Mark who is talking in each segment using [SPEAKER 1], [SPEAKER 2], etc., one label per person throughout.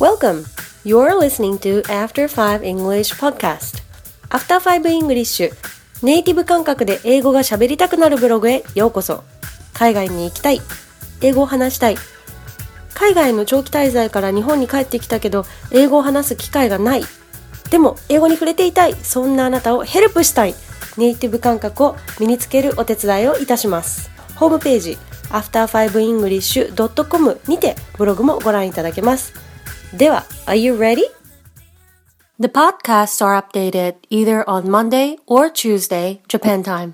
[SPEAKER 1] Welcome! You're listening to After 5 English Podcast After 5 English ネイティブ感覚で英語が喋りたくなるブログへようこそ海外に行きたい英語を話したい海外の長期滞在から日本に帰ってきたけど英語を話す機会がないでも英語に触れていたいそんなあなたをヘルプしたいネイティブ感覚を身につけるお手伝いをいたしますホームページ after5english.com にてブログもご覧いただけますでは Are you ready? The podcasts are updated either on Monday or Tuesday, Japan time.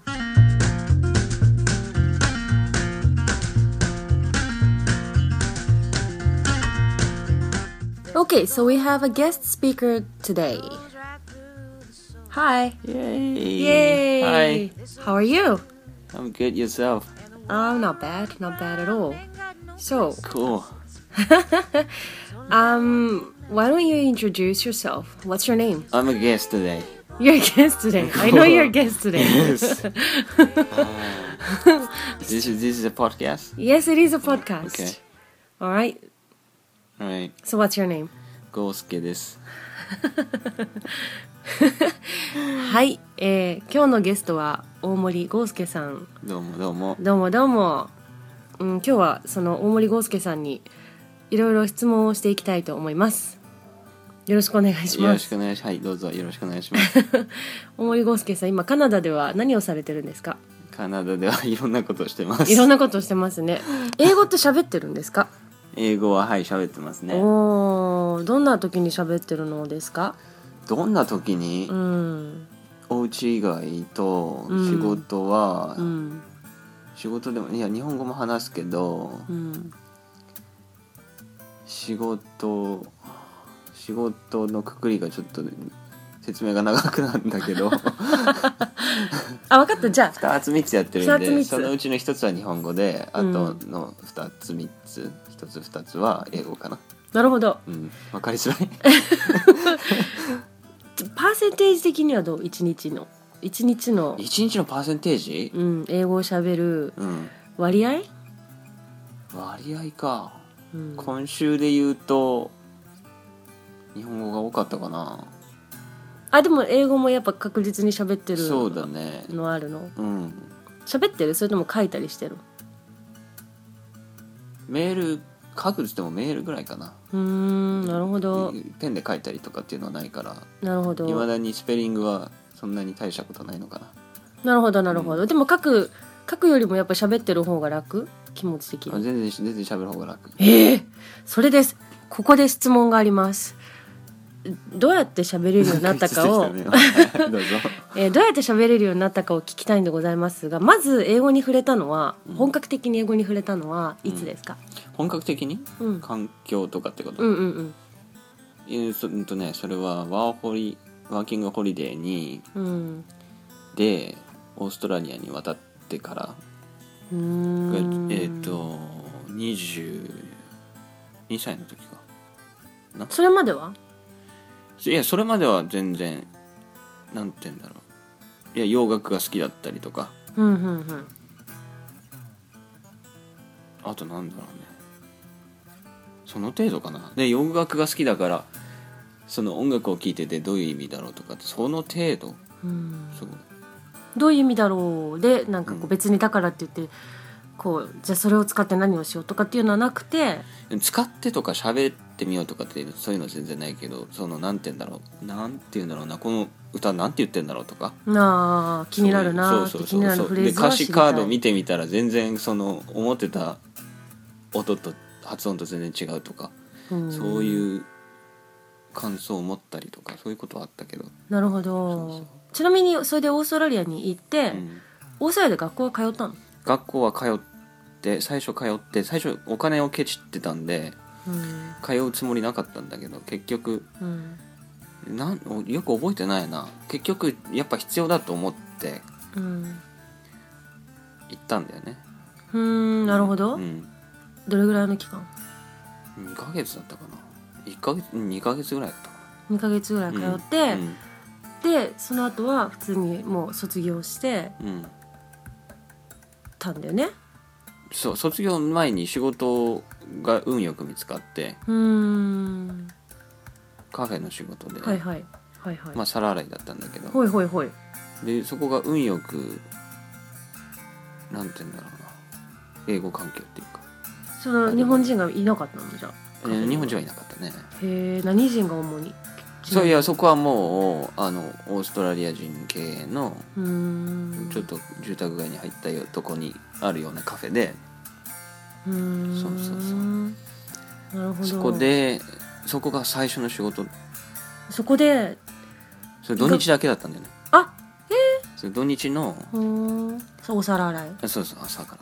[SPEAKER 1] オ k a y so we have a guest speaker today. Hi.
[SPEAKER 2] Yay!
[SPEAKER 1] Yay.
[SPEAKER 2] Hi,
[SPEAKER 1] How are you?
[SPEAKER 2] I'm good yourself.
[SPEAKER 1] I'm Um, not bad, not bad at all. So,
[SPEAKER 2] Cool.
[SPEAKER 1] um, why don't you introduce yourself? What's your name?
[SPEAKER 2] I'm a guest today.
[SPEAKER 1] You're a guest today. I know you're a guest today.
[SPEAKER 2] Yes. This is this is a podcast.
[SPEAKER 1] yes, it is a podcast.
[SPEAKER 2] Okay.
[SPEAKER 1] All right.
[SPEAKER 2] All right.
[SPEAKER 1] So, what's your name?
[SPEAKER 2] ゴースケです。
[SPEAKER 1] はい、えー、今日のゲストは大森豪介さん。
[SPEAKER 2] どうもどうも。
[SPEAKER 1] どうもどうも。うん、今日はその大森豪介さんにいろいろ質問をしていきたいと思います。よろしくお願いし
[SPEAKER 2] よ
[SPEAKER 1] ま
[SPEAKER 2] ろ
[SPEAKER 1] す
[SPEAKER 2] し。くお願いします。はい、どうぞよろしくお願い します。
[SPEAKER 1] 大森豪介さん、今カナダでは何をされてるんですか。
[SPEAKER 2] カナダで はいろんなことをしてます。
[SPEAKER 1] いろんなことしてます ね。英語って喋ってるんですか。
[SPEAKER 2] 英語ははい喋ってますね。
[SPEAKER 1] おお、どんな時に喋ってるのですか。
[SPEAKER 2] どんな時に、
[SPEAKER 1] うん、
[SPEAKER 2] お家以外と
[SPEAKER 1] うん
[SPEAKER 2] 仕事は、
[SPEAKER 1] うん、
[SPEAKER 2] 仕事でもいや日本語も話すけど、
[SPEAKER 1] うん、
[SPEAKER 2] 仕事仕事のくくりがちょっと説明が長くなるんだ けど。
[SPEAKER 1] あ、わかった、じゃあ。
[SPEAKER 2] 2つ3つやってるん
[SPEAKER 1] 二つ三
[SPEAKER 2] で
[SPEAKER 1] つ
[SPEAKER 2] そのうちの1つは日本語であとの2つ3つ、1つ2つは英語かな
[SPEAKER 1] なるほど。
[SPEAKER 2] うん分かりづら い
[SPEAKER 1] パーセンテージ的にはどう、一日の。一日の。
[SPEAKER 2] 1日のパーセンテージ
[SPEAKER 1] うん、英語を喋る
[SPEAKER 2] うん
[SPEAKER 1] 割合。
[SPEAKER 2] 割合か
[SPEAKER 1] うん、
[SPEAKER 2] 今週で言うと日本語が多かったかな
[SPEAKER 1] あ、でも英語もやっぱ確実に喋ってる。
[SPEAKER 2] そうだね
[SPEAKER 1] のあるの。
[SPEAKER 2] うん
[SPEAKER 1] 喋ってる、それとも書いたりしてる。
[SPEAKER 2] メール書くっつってもメールぐらいかな
[SPEAKER 1] うーん、なるほど。
[SPEAKER 2] ペンで書いたりとかっていうのはないから
[SPEAKER 1] なるほ
[SPEAKER 2] いま
[SPEAKER 1] ど。
[SPEAKER 2] だにスペリングはそんなに大したことないのか
[SPEAKER 1] なるほど、なるほど。でも書く、書くよりもやっぱ喋ってる方が楽。気持ち的
[SPEAKER 2] なあ
[SPEAKER 1] に。
[SPEAKER 2] 全然全然喋る方が楽
[SPEAKER 1] ええそれです。ここで質問があります。どうやって喋れるようになったかを、
[SPEAKER 2] 失礼した ねどうぞ
[SPEAKER 1] えーどうやって喋れるようになったかを聞きたいんでございますが、まず英語に触れたのは、
[SPEAKER 2] うん
[SPEAKER 1] 本格的に英語に触れたのはいつですか。
[SPEAKER 2] 本格的に
[SPEAKER 1] うん、うん、
[SPEAKER 2] 環境とかってこと、
[SPEAKER 1] うんうん
[SPEAKER 2] えーそうんとねそれはワーホリワーキングホリデーに
[SPEAKER 1] うん、
[SPEAKER 2] でオーストラリアに渡ってから、
[SPEAKER 1] うーん。
[SPEAKER 2] えっ、と22歳の時か
[SPEAKER 1] それまではい
[SPEAKER 2] やそれまでは全然なんて言うんだろういや洋楽が好きだったりとか
[SPEAKER 1] うんうんうん
[SPEAKER 2] あとなんだろうねその程度かなで洋楽が好きだからその音楽を聴いててどういう意味だろうとかってその程度
[SPEAKER 1] うん
[SPEAKER 2] そう
[SPEAKER 1] どういう意味だろうでなんかこう別にだからって言ってこうじゃあそれを使って何をしようとかっていうのはなくて
[SPEAKER 2] 使ってとか喋ってみようとかっていうそういうのは全然ないけどそのなんて言うんだろうなんて言うんだろうなこの歌なんて言ってんだろうとか
[SPEAKER 1] なあ気になるなあって
[SPEAKER 2] そう
[SPEAKER 1] 気
[SPEAKER 2] そう
[SPEAKER 1] に
[SPEAKER 2] そ
[SPEAKER 1] なる
[SPEAKER 2] うそ
[SPEAKER 1] フ
[SPEAKER 2] うで
[SPEAKER 1] レーズは
[SPEAKER 2] 歌
[SPEAKER 1] 知
[SPEAKER 2] 詞
[SPEAKER 1] り
[SPEAKER 2] カ
[SPEAKER 1] たい
[SPEAKER 2] ード見てみたら全然その思ってた音と発音と全然違うとか、
[SPEAKER 1] うん
[SPEAKER 2] そういう感想を持ったりとかそういうことはあったけど、
[SPEAKER 1] なるほど
[SPEAKER 2] そうそう
[SPEAKER 1] ちなみにそれでオーストラリアに行って、
[SPEAKER 2] うん
[SPEAKER 1] オーストラリアで学校は通ったの、
[SPEAKER 2] 学校は通って最初通って最初お金をケチってたんで
[SPEAKER 1] うん
[SPEAKER 2] 通うつもりなかったんだけど結局
[SPEAKER 1] うん
[SPEAKER 2] なんよく覚えてないな結局やっぱ必要だと思って
[SPEAKER 1] うん
[SPEAKER 2] 行ったんだよね
[SPEAKER 1] うーんなるほど、
[SPEAKER 2] うん、
[SPEAKER 1] どれぐらいの期間
[SPEAKER 2] 2ヶ月だったかな1ヶ月2ヶ月ぐらいだったか
[SPEAKER 1] 2ヶ月ぐらい通
[SPEAKER 2] な
[SPEAKER 1] って、
[SPEAKER 2] うん
[SPEAKER 1] でその後は普通にもう卒業して
[SPEAKER 2] うんうん
[SPEAKER 1] たんだよね
[SPEAKER 2] そう卒業前に仕事が運よく見つかって
[SPEAKER 1] うーん
[SPEAKER 2] カフェの仕事で、
[SPEAKER 1] はいはいはいはい、
[SPEAKER 2] まあ、皿洗いだったんだけど、
[SPEAKER 1] ほいほいほい
[SPEAKER 2] でそこが運よくなんて言うんだろうな英語環境っていうか、
[SPEAKER 1] その日本人がいなかったのじゃあ
[SPEAKER 2] えー日本人はいなかったね
[SPEAKER 1] へえ何人が主に
[SPEAKER 2] そういやそこはもうあのオーストラリア人経営の
[SPEAKER 1] うーん
[SPEAKER 2] ちょっと住宅街に入ったよとこにあるようなカフェで
[SPEAKER 1] うーん
[SPEAKER 2] そうそうそう
[SPEAKER 1] なるほど
[SPEAKER 2] そこでそこが最初の仕事
[SPEAKER 1] そこで
[SPEAKER 2] それ土日だけだったんだよね
[SPEAKER 1] あ
[SPEAKER 2] それ土日の
[SPEAKER 1] うーんそうお皿洗い
[SPEAKER 2] あそうそう朝か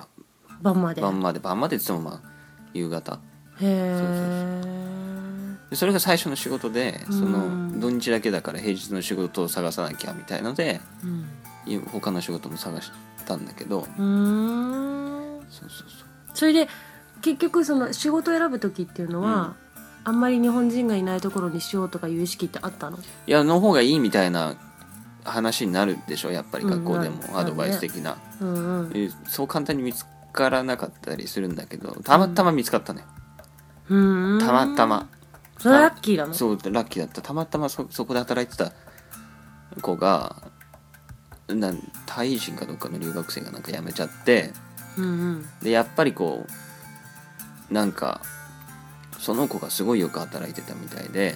[SPEAKER 1] 晩まで
[SPEAKER 2] ら晩まで晩までって言ってもまあ夕方
[SPEAKER 1] へ
[SPEAKER 2] そうそう
[SPEAKER 1] え
[SPEAKER 2] でそれが最初の仕事でそ
[SPEAKER 1] うん
[SPEAKER 2] の土日だけだから平日の仕事を探さなきゃみたいので
[SPEAKER 1] うん
[SPEAKER 2] い他の仕事も探したんだけど
[SPEAKER 1] うーん
[SPEAKER 2] そうそうそ
[SPEAKER 1] それで結局その仕事を選ぶ時っていうのは、あんまり日本人がいないところにしようとかいう意識ってあったの
[SPEAKER 2] ういやの方がいいみたいな話になるでしょやっぱり学校で
[SPEAKER 1] うんなる
[SPEAKER 2] もアドバイス的な、
[SPEAKER 1] うんうん
[SPEAKER 2] えそう簡単に見つからなかったりするんだけどたまたま見つかったね、
[SPEAKER 1] うんうん
[SPEAKER 2] たまたま
[SPEAKER 1] それはラッキーだな
[SPEAKER 2] そうラッキーだったたまたまそそこで働いてた子がなんタイ人かどっかの留学生がなんか辞めちゃって
[SPEAKER 1] うんうん
[SPEAKER 2] でやっぱりこうなんかその子がすごいよく働いてたみたいで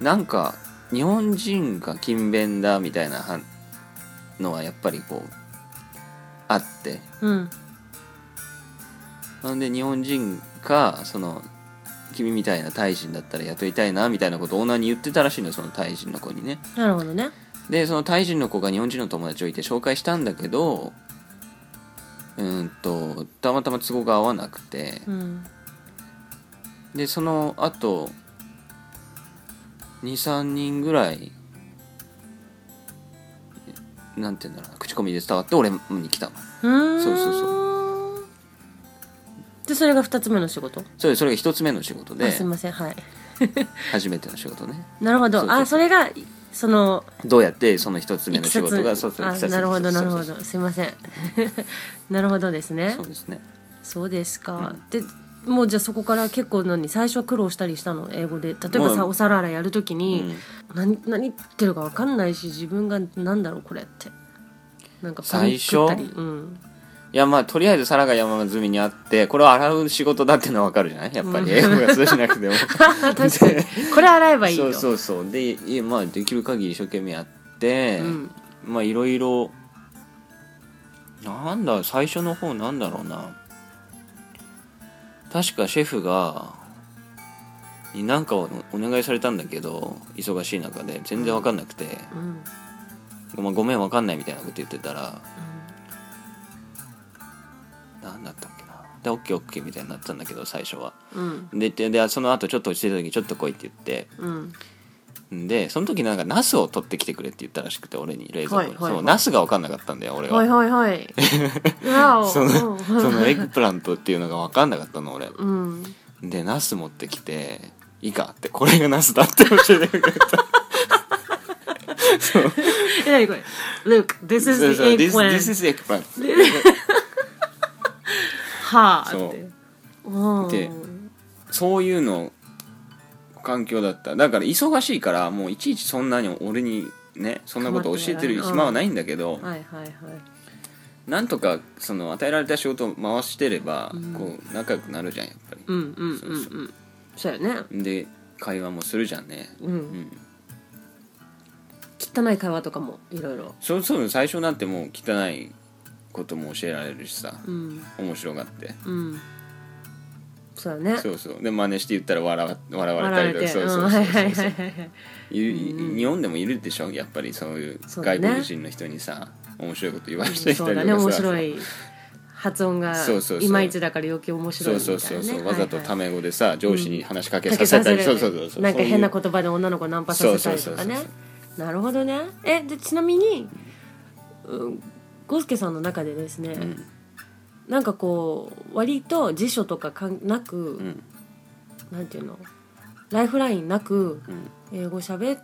[SPEAKER 2] なんか日本人が勤勉だみたいなはのはやっぱりこうあって
[SPEAKER 1] うん
[SPEAKER 2] なんで日本人かその君みたいなタイ人だったら雇いたいなみたいなことをオーナーに言ってたらしいのよそのタイ人の子にね
[SPEAKER 1] なるほどね
[SPEAKER 2] でそのタイ人の子が日本人の友達をいて紹介したんだけどうーんとたまたま都合が合わなくて
[SPEAKER 1] うん
[SPEAKER 2] でその後23人ぐらいなんて言うんだろうな口コミで伝わって俺に来たの
[SPEAKER 1] うーん
[SPEAKER 2] そうそう
[SPEAKER 1] そうでそれが二つ目の仕事
[SPEAKER 2] それそれが一つ目の仕事
[SPEAKER 1] あ
[SPEAKER 2] です
[SPEAKER 1] いませんはい
[SPEAKER 2] 初めての仕事ね
[SPEAKER 1] なるほど
[SPEAKER 2] そうそう
[SPEAKER 1] あそれがその
[SPEAKER 2] どうやってその一つ目
[SPEAKER 1] い
[SPEAKER 2] の
[SPEAKER 1] き
[SPEAKER 2] 仕
[SPEAKER 1] さつ
[SPEAKER 2] 事がそうそうい
[SPEAKER 1] あ
[SPEAKER 2] きさつ
[SPEAKER 1] なるほどな
[SPEAKER 2] そう
[SPEAKER 1] る
[SPEAKER 2] そう
[SPEAKER 1] ほ
[SPEAKER 2] そう
[SPEAKER 1] どすいません なるほどですね
[SPEAKER 2] そうですね
[SPEAKER 1] そうですか
[SPEAKER 2] う、
[SPEAKER 1] でもうじゃあそこから結構何最初は苦労したりしたの英語で例えばさ、
[SPEAKER 2] まあ
[SPEAKER 1] お皿洗いやるとき
[SPEAKER 2] う
[SPEAKER 1] に
[SPEAKER 2] ん、
[SPEAKER 1] 何何言ってるか分かんないし自分が何だろうこれってなんか
[SPEAKER 2] 最初
[SPEAKER 1] パニックったりうん、
[SPEAKER 2] いやまあとりあえず皿が山積みにあってこれを洗う仕事だっていうのは分かるじゃないやっぱり英語が通じな くても
[SPEAKER 1] 確かにこれ洗えばいい
[SPEAKER 2] そ
[SPEAKER 1] よ
[SPEAKER 2] うそうそうでいやまあできる限り一生懸命やって、
[SPEAKER 1] うん
[SPEAKER 2] まあいろいろなんだ最初の方なんだろうな確かシェフがになんかをお願いされたんだけど忙しい中で全然分かんなくて、
[SPEAKER 1] うん
[SPEAKER 2] まあ、ごめん分かんないみたいなこと言ってたら何だったっけなでオッケーオッケーみたいになってたんだけど最初は
[SPEAKER 1] うん
[SPEAKER 2] でででその後ちょっと落ちてた時ちょっと来いって言って
[SPEAKER 1] うん
[SPEAKER 2] でその時なんかナスを取ってきてくれって言ったらしくて俺に冷蔵庫
[SPEAKER 1] は
[SPEAKER 2] に、
[SPEAKER 1] いはいはい
[SPEAKER 2] そうナスが分かんなかったんだよ俺は、
[SPEAKER 1] はいはいはいうわお
[SPEAKER 2] その
[SPEAKER 1] うん
[SPEAKER 2] そのエッグプラントっていうのが分かんなかったの俺
[SPEAKER 1] うん
[SPEAKER 2] でナス持ってきていいかってこれがナスだって教えてくれた
[SPEAKER 1] え何これ Look this
[SPEAKER 2] そう
[SPEAKER 1] is the
[SPEAKER 2] そう
[SPEAKER 1] eggplant
[SPEAKER 2] This, this is eggplant
[SPEAKER 1] はあって
[SPEAKER 2] そう
[SPEAKER 1] うん
[SPEAKER 2] でそういうの環境だっただから忙しいからもういちいちそんなに俺にねそんなこと教えてる暇はないんだけど、
[SPEAKER 1] はいはいはい
[SPEAKER 2] なんとかその与えられた仕事を回してればこう仲良くなるじゃんやっぱり、
[SPEAKER 1] うんうんうんう
[SPEAKER 2] そ
[SPEAKER 1] んそうやね
[SPEAKER 2] で会話もするじゃんね、
[SPEAKER 1] う
[SPEAKER 2] うんん、
[SPEAKER 1] 汚い会話とかもいろいろ
[SPEAKER 2] そうそう最初なんてもう汚いことも教えられるしさ
[SPEAKER 1] うん
[SPEAKER 2] 面白がって
[SPEAKER 1] うんそうやね
[SPEAKER 2] そうそうで真似して言ったら笑わ笑わ
[SPEAKER 1] 笑
[SPEAKER 2] れ
[SPEAKER 1] わ
[SPEAKER 2] た
[SPEAKER 1] れ
[SPEAKER 2] り
[SPEAKER 1] て
[SPEAKER 2] とかそう
[SPEAKER 1] うん
[SPEAKER 2] そう
[SPEAKER 1] は
[SPEAKER 2] そう
[SPEAKER 1] いは
[SPEAKER 2] そ
[SPEAKER 1] いうは
[SPEAKER 2] そ
[SPEAKER 1] いうはい
[SPEAKER 2] いい日本でもいるでしょやっぱりそういう
[SPEAKER 1] そうだね
[SPEAKER 2] 外国人の人にさ、面白いこと言われてき
[SPEAKER 1] そうだ
[SPEAKER 2] たりと
[SPEAKER 1] ね
[SPEAKER 2] か
[SPEAKER 1] 面
[SPEAKER 2] さ
[SPEAKER 1] 白い発音が
[SPEAKER 2] そうそうそう
[SPEAKER 1] いまいちだから余計面白い
[SPEAKER 2] そう
[SPEAKER 1] みた
[SPEAKER 2] そ
[SPEAKER 1] いうな
[SPEAKER 2] そ
[SPEAKER 1] ね
[SPEAKER 2] うそうわざとタメ語でさ上司に話しかけ
[SPEAKER 1] か
[SPEAKER 2] さ
[SPEAKER 1] け
[SPEAKER 2] せ
[SPEAKER 1] さ
[SPEAKER 2] た
[SPEAKER 1] せ
[SPEAKER 2] り、
[SPEAKER 1] る
[SPEAKER 2] そうそうそうそう
[SPEAKER 1] なんか変な
[SPEAKER 2] こ
[SPEAKER 1] 言葉で女の子ナンパさせたりとかね
[SPEAKER 2] そうそうそう
[SPEAKER 1] なるほどねえでちなみにうんゴスケさんの中でですね、
[SPEAKER 2] とうん
[SPEAKER 1] なんかこう割と辞書とかかんなく、
[SPEAKER 2] うん
[SPEAKER 1] なんていうのライフラインなく
[SPEAKER 2] うん
[SPEAKER 1] 英語喋っ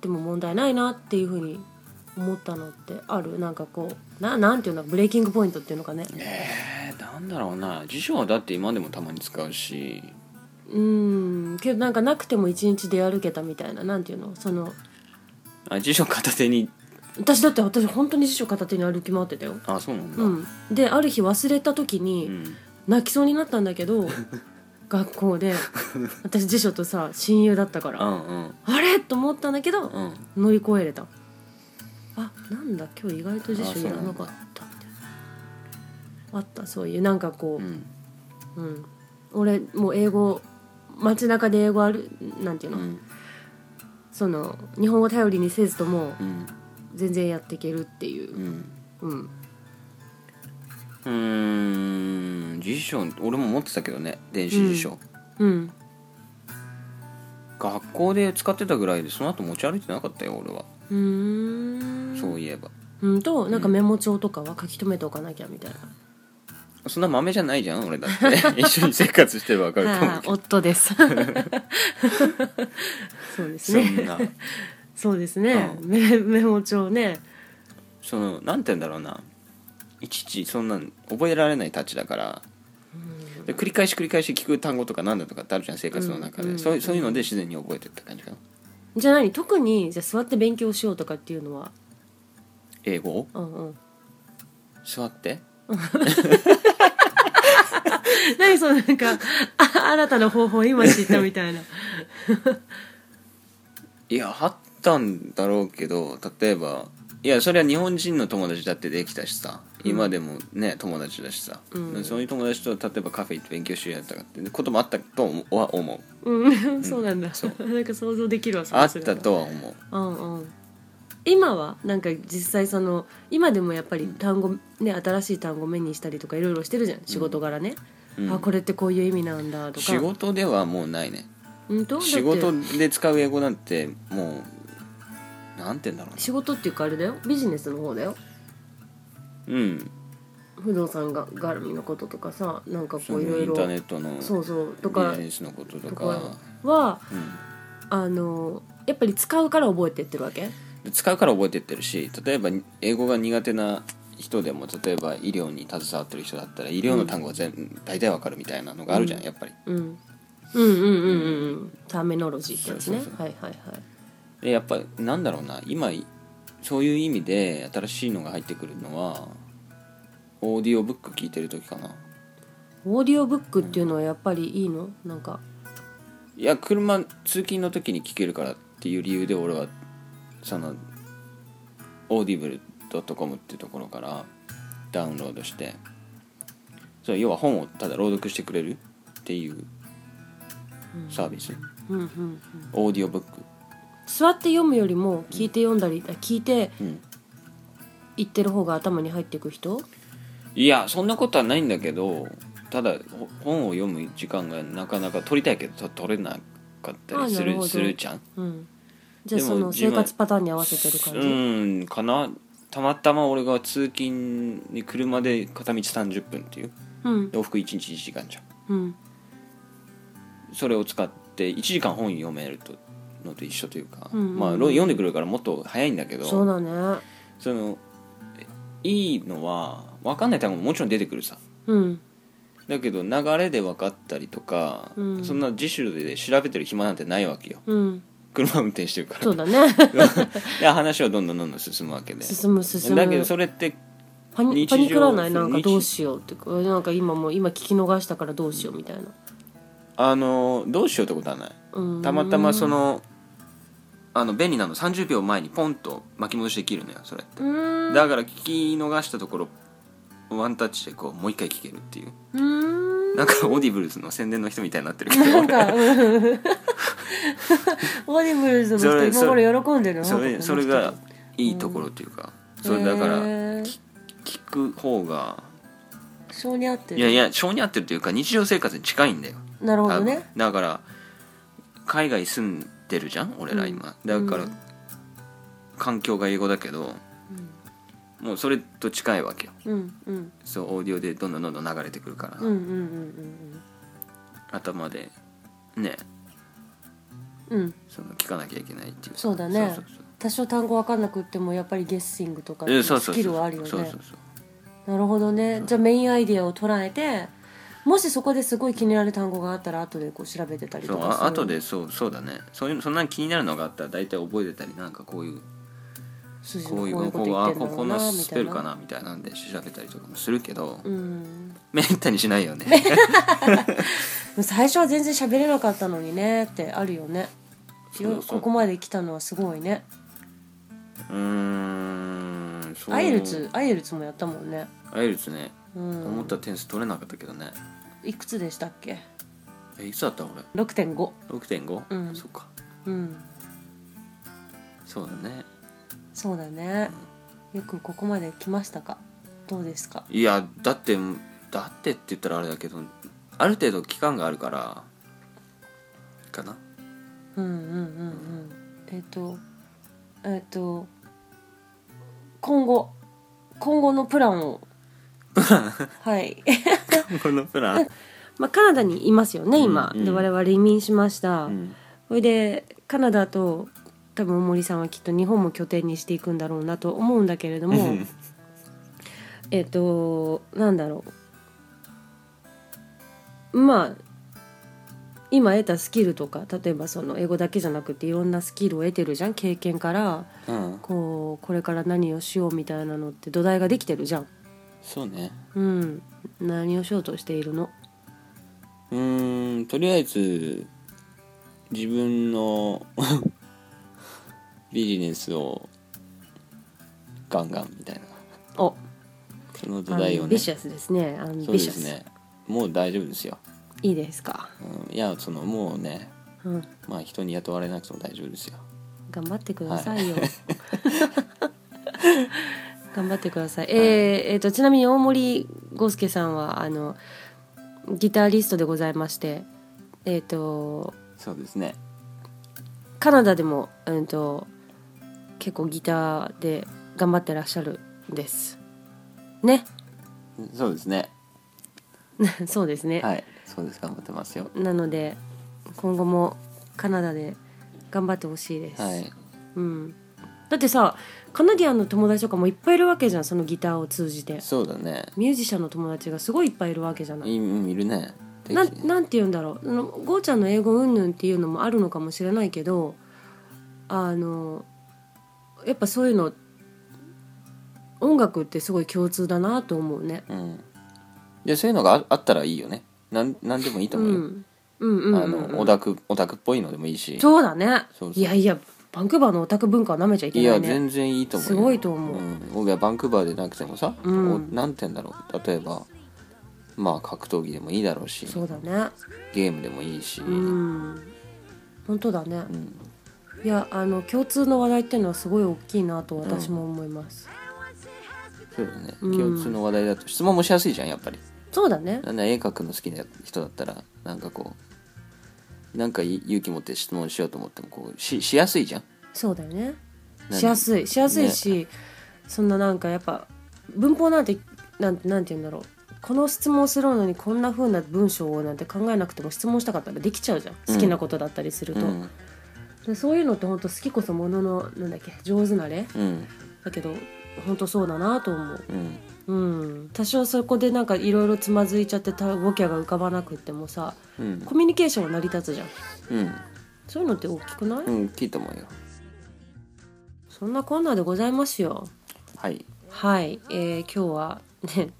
[SPEAKER 1] ても問題ないなっていうふうに思ったのってあるなんかこうななんていうんだブレイキングポイントっていうのかね
[SPEAKER 2] えー、なんだろうな辞書はだって今でもたまに使うし
[SPEAKER 1] うんけどなんかなくても一日出歩けたみたいななんていうのその
[SPEAKER 2] あ辞書片手に
[SPEAKER 1] 私だって私本当に辞書片手に歩き回ってたよ、
[SPEAKER 2] あそうなんだ、
[SPEAKER 1] うん、である日忘れた時に、
[SPEAKER 2] うん
[SPEAKER 1] 泣きそうになったんだけ ど学校で私辞書とさ親友だったか
[SPEAKER 2] う
[SPEAKER 1] ら
[SPEAKER 2] んうん
[SPEAKER 1] あれと思ったんだけど
[SPEAKER 2] うん
[SPEAKER 1] 乗り越えれたあなんだ今日意外と辞書いらなかったみたいなあったそういうなんかこ
[SPEAKER 2] う
[SPEAKER 1] う、う
[SPEAKER 2] ん
[SPEAKER 1] ん俺もう英語街中で英語あるなんていう
[SPEAKER 2] う
[SPEAKER 1] の、
[SPEAKER 2] ん
[SPEAKER 1] その日本語頼りにせずとも
[SPEAKER 2] うん
[SPEAKER 1] 全然やっていけるっていうう、
[SPEAKER 2] ん
[SPEAKER 1] うん、
[SPEAKER 2] うーん辞書俺も持ってたけどね電子辞書、
[SPEAKER 1] うん、
[SPEAKER 2] 学校で使ってたぐらいでその後持ち歩いてなかったよ俺は、
[SPEAKER 1] うーん
[SPEAKER 2] そういえば
[SPEAKER 1] うんとなんかメモ帳とかは書き留めておかなきゃみたいな、
[SPEAKER 2] そんな豆じゃないじゃん俺だって 一緒に生活してれば分かる と思
[SPEAKER 1] は
[SPEAKER 2] う
[SPEAKER 1] い、
[SPEAKER 2] けど
[SPEAKER 1] 夫です。そうです
[SPEAKER 2] そ
[SPEAKER 1] ね。
[SPEAKER 2] んな
[SPEAKER 1] そうですね。
[SPEAKER 2] う
[SPEAKER 1] メメモ帳ね。
[SPEAKER 2] そのなんて言うんだろうないちいちそんなん覚えられないたちだからで繰り返し繰り返し聞く単語とかなんだとかってあるじゃん生活の中で、
[SPEAKER 1] うんうん
[SPEAKER 2] そういうそういうので自然に覚えてった感じかな
[SPEAKER 1] じゃあ何特にじゃあ座って勉強しようとかっていうのは、
[SPEAKER 2] 英語を
[SPEAKER 1] うんうん。
[SPEAKER 2] 座って
[SPEAKER 1] 何そのなんかあ新たな方法を今知ったみたいな。
[SPEAKER 2] いやあったんだろうけど例えばいやそれは日本人の友達だってできたしさ今でもね、友達だしさ、
[SPEAKER 1] うん
[SPEAKER 2] そういう友達と例えばカフェ行って勉強しようやとかってこともあったとは思う
[SPEAKER 1] うん、そうなんだ。
[SPEAKER 2] そう
[SPEAKER 1] なんか想像できるわ。そ
[SPEAKER 2] あ
[SPEAKER 1] の
[SPEAKER 2] っ
[SPEAKER 1] 姿
[SPEAKER 2] た
[SPEAKER 1] が。
[SPEAKER 2] とは思う
[SPEAKER 1] うんうん。今はなんか実際その今でもやっぱり単語ね新しい単語目にしたりとかいろいろしてるじゃん仕事柄ね、
[SPEAKER 2] うん
[SPEAKER 1] あこれってこういう意味なんだとか
[SPEAKER 2] 仕事ではもうないね
[SPEAKER 1] 本当だって
[SPEAKER 2] 仕事で使う英語なんてもうなんて言うんだろうな
[SPEAKER 1] 仕事っていうかあれだよビジネスの方だよ
[SPEAKER 2] うん
[SPEAKER 1] 不動産が絡みのこととかさなんかこ
[SPEAKER 2] その
[SPEAKER 1] ういろ
[SPEAKER 2] イ
[SPEAKER 1] い
[SPEAKER 2] ン
[SPEAKER 1] ろ
[SPEAKER 2] ターネットの
[SPEAKER 1] そうそうとか
[SPEAKER 2] ビジネスのことと
[SPEAKER 1] と
[SPEAKER 2] か
[SPEAKER 1] かは
[SPEAKER 2] うん
[SPEAKER 1] あのやっぱり使うから覚えてってるわけ
[SPEAKER 2] で使うから覚えてってるし例えば英語が苦手な人でも例えば医療に携わってる人だったら医療の単語は全、大体わかるみたいなのがあるじゃん、やっぱり
[SPEAKER 1] うんうんうんうんうんうんターミノロジーってやつね
[SPEAKER 2] そうそう
[SPEAKER 1] はいはいはい
[SPEAKER 2] でやっぱなんだろうな今そういう意味で新しいのが入ってくるのはオーディオブック聞いてる時かな
[SPEAKER 1] オーディオブックっていうのはやっぱりいいのなんか
[SPEAKER 2] いや車通勤の時に聞けるからっていう理由で俺はそのオーディブル .com っていうところからダウンロードしてそう要は本をただ朗読してくれるっていうサービス、
[SPEAKER 1] うんうんうん
[SPEAKER 2] オーディオブック、
[SPEAKER 1] 座って読むよりも聞いて読んだり、あ聞いて
[SPEAKER 2] うん、
[SPEAKER 1] 言ってる方が頭に入っていく人
[SPEAKER 2] いやそんなことはないんだけどただほ本を読む時間がなかなか取りたいけどと取れなかった
[SPEAKER 1] あ
[SPEAKER 2] りす
[SPEAKER 1] なるほ
[SPEAKER 2] る
[SPEAKER 1] ど
[SPEAKER 2] するじゃん
[SPEAKER 1] うんじゃあ
[SPEAKER 2] でも
[SPEAKER 1] その
[SPEAKER 2] 自分
[SPEAKER 1] 生活パターンに合わせてる感じ、
[SPEAKER 2] うんかなたまたま俺が通勤に車で片道30分っていう
[SPEAKER 1] うん
[SPEAKER 2] で往復1日1時間じゃん
[SPEAKER 1] うん
[SPEAKER 2] それを使って1時間本読めるとのと一緒というか、
[SPEAKER 1] うんうん
[SPEAKER 2] まあろ読んでくるからもっと早いんだけど
[SPEAKER 1] そうだね
[SPEAKER 2] そのえいいのは分かんない単語ももちろん出てくるさ
[SPEAKER 1] うん
[SPEAKER 2] だけど流れで分かったりとか、
[SPEAKER 1] うん
[SPEAKER 2] そんな自主で調べてる暇なんてないわけよ
[SPEAKER 1] うん
[SPEAKER 2] 車運転してるか
[SPEAKER 1] そうだ ね
[SPEAKER 2] らで話はどんどんどんどん進むわけで
[SPEAKER 1] 進む進む
[SPEAKER 2] だけどそれって
[SPEAKER 1] パニ
[SPEAKER 2] 日
[SPEAKER 1] パ
[SPEAKER 2] 常
[SPEAKER 1] ニクらない
[SPEAKER 2] そ
[SPEAKER 1] な
[SPEAKER 2] うん
[SPEAKER 1] かどうしようってかなんか今もう今聞き逃したからどうしようみたいな、
[SPEAKER 2] あのどうしようってことはない
[SPEAKER 1] うん、
[SPEAKER 2] たまたまそのあの便利なの30秒前にポンと巻き戻しできるのよそれ
[SPEAKER 1] うーん
[SPEAKER 2] だから聞き逃したところワンタッチでこうもう一回聞けるっていう
[SPEAKER 1] うーん
[SPEAKER 2] なんかオーディブルズの宣伝の人みたいになってるけ
[SPEAKER 1] なん
[SPEAKER 2] ど
[SPEAKER 1] かうんオーディブルズの
[SPEAKER 2] そ
[SPEAKER 1] 人
[SPEAKER 2] れ
[SPEAKER 1] 今頃喜んでるの
[SPEAKER 2] それそれがいいところというかそれだか
[SPEAKER 1] へ
[SPEAKER 2] ら
[SPEAKER 1] ー
[SPEAKER 2] 聞聞く方が
[SPEAKER 1] 性に合って
[SPEAKER 2] い
[SPEAKER 1] る
[SPEAKER 2] やいや性に合ってるというか日常生活に近いんだよ
[SPEAKER 1] なるほど
[SPEAKER 2] 多
[SPEAKER 1] ね
[SPEAKER 2] 分だから海外住んでるじゃん俺ら今、だから、
[SPEAKER 1] うん
[SPEAKER 2] 環境が英語だけどもうそれと近いわけよ
[SPEAKER 1] うんうん
[SPEAKER 2] そうオーディオでどんどんどんどん流れてくるから、
[SPEAKER 1] うんうんうん
[SPEAKER 2] 頭でね
[SPEAKER 1] うんうん
[SPEAKER 2] その聞かなきゃいけないっていう
[SPEAKER 1] そうだね
[SPEAKER 2] そうそうそう
[SPEAKER 1] 多少単語わかんなくってもやっぱりゲッシングとか
[SPEAKER 2] えそうそうそう
[SPEAKER 1] スキルはあるよね
[SPEAKER 2] そうそうそう
[SPEAKER 1] なるほどねじゃあメインアイディアを捉えてもしそこですごい気になる単語があったら後でこう調べてたり
[SPEAKER 2] そ
[SPEAKER 1] と
[SPEAKER 2] う
[SPEAKER 1] か
[SPEAKER 2] あ後でそうそうだねそういうそんなに気になるのがあったら大体覚えてたりなんかこういう
[SPEAKER 1] 数字の
[SPEAKER 2] こ
[SPEAKER 1] こ
[SPEAKER 2] う
[SPEAKER 1] う
[SPEAKER 2] い
[SPEAKER 1] いううこ
[SPEAKER 2] ことこ
[SPEAKER 1] 言っ
[SPEAKER 2] あ
[SPEAKER 1] てんだ
[SPEAKER 2] こ
[SPEAKER 1] ろ
[SPEAKER 2] こ
[SPEAKER 1] う
[SPEAKER 2] の
[SPEAKER 1] な
[SPEAKER 2] ス
[SPEAKER 1] みた
[SPEAKER 2] ペ
[SPEAKER 1] い
[SPEAKER 2] ルか
[SPEAKER 1] な
[SPEAKER 2] なみたいなんで調べたりとかもするけど、
[SPEAKER 1] うん
[SPEAKER 2] めったにしない よね
[SPEAKER 1] 最初は全然喋れなかったのにねってあるよね
[SPEAKER 2] そうそう
[SPEAKER 1] ここまで来たのはすごいね
[SPEAKER 2] うーんそう
[SPEAKER 1] アイルツアイルツもやったもんね
[SPEAKER 2] アイルツね、
[SPEAKER 1] うん
[SPEAKER 2] 思った点数取れなかったけどね
[SPEAKER 1] いくつでしたっけ
[SPEAKER 2] えいつだった俺
[SPEAKER 1] 6.5
[SPEAKER 2] 6.5、
[SPEAKER 1] うん
[SPEAKER 2] そっか
[SPEAKER 1] うん
[SPEAKER 2] そうだね
[SPEAKER 1] そうだねよくここまで来ましたかどうですか
[SPEAKER 2] いやだってだってって言ったらあれだけどある程度期間があるからかな
[SPEAKER 1] うんうんうんうんえっ、とえっ、と今後今後のプランをはい、
[SPEAKER 2] このプラン、
[SPEAKER 1] まあ、カナダにいますよね今、
[SPEAKER 2] うんうん
[SPEAKER 1] で我々移民しました、
[SPEAKER 2] うん
[SPEAKER 1] それでカナダと多分大森さんはきっと日本も拠点にしていくんだろうなと思うんだけれども
[SPEAKER 2] うん
[SPEAKER 1] えっとなんだろうまあ今得たスキルとか例えばその英語だけじゃなくていろんなスキルを得てるじゃん経験から
[SPEAKER 2] うん、
[SPEAKER 1] こうこれから何をしようみたいなのって土台ができてるじゃん。
[SPEAKER 2] そうね
[SPEAKER 1] うん、何をしようとしているの
[SPEAKER 2] うーんとりあえず自分の ビジネスをガンガンみたいな
[SPEAKER 1] お
[SPEAKER 2] その土
[SPEAKER 1] あの
[SPEAKER 2] 台をね
[SPEAKER 1] ビシャスですね。あの
[SPEAKER 2] そ
[SPEAKER 1] ビ
[SPEAKER 2] うで
[SPEAKER 1] シャ
[SPEAKER 2] す
[SPEAKER 1] ス、
[SPEAKER 2] ねもう大丈夫ですよ、
[SPEAKER 1] いいですか。
[SPEAKER 2] うん、いやそのもうね
[SPEAKER 1] うん
[SPEAKER 2] まあ人に雇われなくても大丈夫ですよ
[SPEAKER 1] 頑張ってくださいよ。 頑張ってください。えーえーとちなみに大森豪介さんはあのギタリストでございまして、えっ、と
[SPEAKER 2] そうですね
[SPEAKER 1] カナダでもうんと結構ギターで頑張ってらっしゃるんです。ね、
[SPEAKER 2] そうですね
[SPEAKER 1] そうですね。
[SPEAKER 2] はいそうです頑張ってますよ
[SPEAKER 1] なので今後もカナダで頑張ってほしいです。
[SPEAKER 2] はい
[SPEAKER 1] うん。だってさカナディアンの友達とかもいっぱいいるわけじゃんそのギターを通じて
[SPEAKER 2] そうだね
[SPEAKER 1] ミュージシャンの友達がすごいいっぱいいるわけじゃない
[SPEAKER 2] いうんいるね
[SPEAKER 1] な
[SPEAKER 2] 適
[SPEAKER 1] なんて言うんだろうあのゴーちゃんの英語うんぬんっていうのもあるのかもしれないけどあのやっぱそういうの音楽ってすごい共通だなと思うね。
[SPEAKER 2] うんでそういうのがああったらいいよねなんなんでもいいと
[SPEAKER 1] う
[SPEAKER 2] 思うよ、
[SPEAKER 1] ん、うんうん
[SPEAKER 2] あ
[SPEAKER 1] うん
[SPEAKER 2] のオタクオタクっぽいのでもいいし
[SPEAKER 1] そうだね
[SPEAKER 2] そうそ
[SPEAKER 1] い
[SPEAKER 2] う
[SPEAKER 1] やいやバンクーバーのオタク文化はなめちゃいけ
[SPEAKER 2] い
[SPEAKER 1] な
[SPEAKER 2] や
[SPEAKER 1] いね
[SPEAKER 2] 全然いいと思うよ、
[SPEAKER 1] すごいと思うん
[SPEAKER 2] 僕はバンクーバーでなくてもさ、
[SPEAKER 1] うん
[SPEAKER 2] おなんて言うんだろう例えばまあ格闘技でもいいだろうし
[SPEAKER 1] そうだね
[SPEAKER 2] ゲームでもいいし、
[SPEAKER 1] うん本当だね、
[SPEAKER 2] ん
[SPEAKER 1] いやあの共通の話題っていうのはすごい大きいなと私も思います、
[SPEAKER 2] そうだね
[SPEAKER 1] うん
[SPEAKER 2] 共通の話題だと質問もしやすいじゃんやっぱり
[SPEAKER 1] そうだね
[SPEAKER 2] なんだ絵描くの好きな人だったらなんかこうなんかい勇気持って質問しようと思ってもこうししやすいじゃん
[SPEAKER 1] そうだよね
[SPEAKER 2] 何
[SPEAKER 1] しやすいしやすいし、そんななんかやっぱ文法なんてなんなんて言うんだろうこの質問するのにこんな風な文章をなんて考えなくても質問したかったらできちゃうじゃん好きなことだったりすると、
[SPEAKER 2] うん
[SPEAKER 1] でそういうのって本当好きこそもののなんだっけ上手なれ
[SPEAKER 2] うん
[SPEAKER 1] だけど本当そうだなと思う
[SPEAKER 2] うん
[SPEAKER 1] うん、多少そこでなんかいろいろつまずいちゃってたボキャが浮かばなくってもさ
[SPEAKER 2] うん
[SPEAKER 1] コミュニケーションは成り立つじゃん
[SPEAKER 2] うん
[SPEAKER 1] そういうのって大きくない、
[SPEAKER 2] うんいいと思うよ
[SPEAKER 1] そんなコーナーでございますよ
[SPEAKER 2] はい
[SPEAKER 1] はい、えー今日はね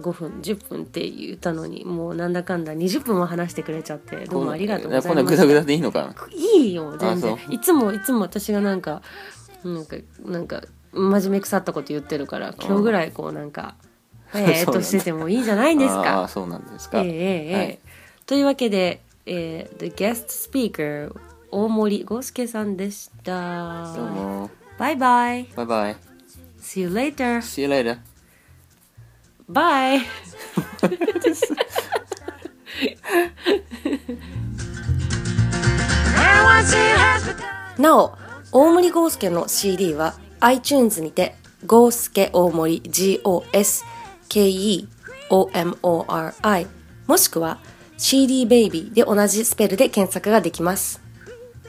[SPEAKER 1] 5分10分って言ったのにもうなんだかんだ20分も話してくれちゃってどうもありがとうござい
[SPEAKER 2] こんな
[SPEAKER 1] ま
[SPEAKER 2] グ
[SPEAKER 1] す
[SPEAKER 2] ダグダでいいのかない
[SPEAKER 1] いよ全然
[SPEAKER 2] あそ
[SPEAKER 1] いつもいつも私がなんかなんかなんか真面目腐ったこと言ってるから今日ぐらいこうなんかええ
[SPEAKER 2] そうなん
[SPEAKER 1] と
[SPEAKER 2] だ
[SPEAKER 1] しててもいいじゃないですか
[SPEAKER 2] ああそうなんです
[SPEAKER 1] え
[SPEAKER 2] か、
[SPEAKER 1] えええええ
[SPEAKER 2] はい
[SPEAKER 1] というわけで、えー The guest speaker 大森豪介さんでした
[SPEAKER 2] どうも
[SPEAKER 1] バイバイ
[SPEAKER 2] バイバイ
[SPEAKER 1] See you later
[SPEAKER 2] See you later
[SPEAKER 1] Byeなお大森豪介の CD は iTunes にて豪介大森 GOSKEOMORI もしくは CD ベイビーで同じスペルで検索ができます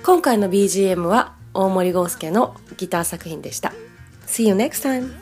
[SPEAKER 1] 今回の BGM は「大森豪介のギター作品でした See you next time!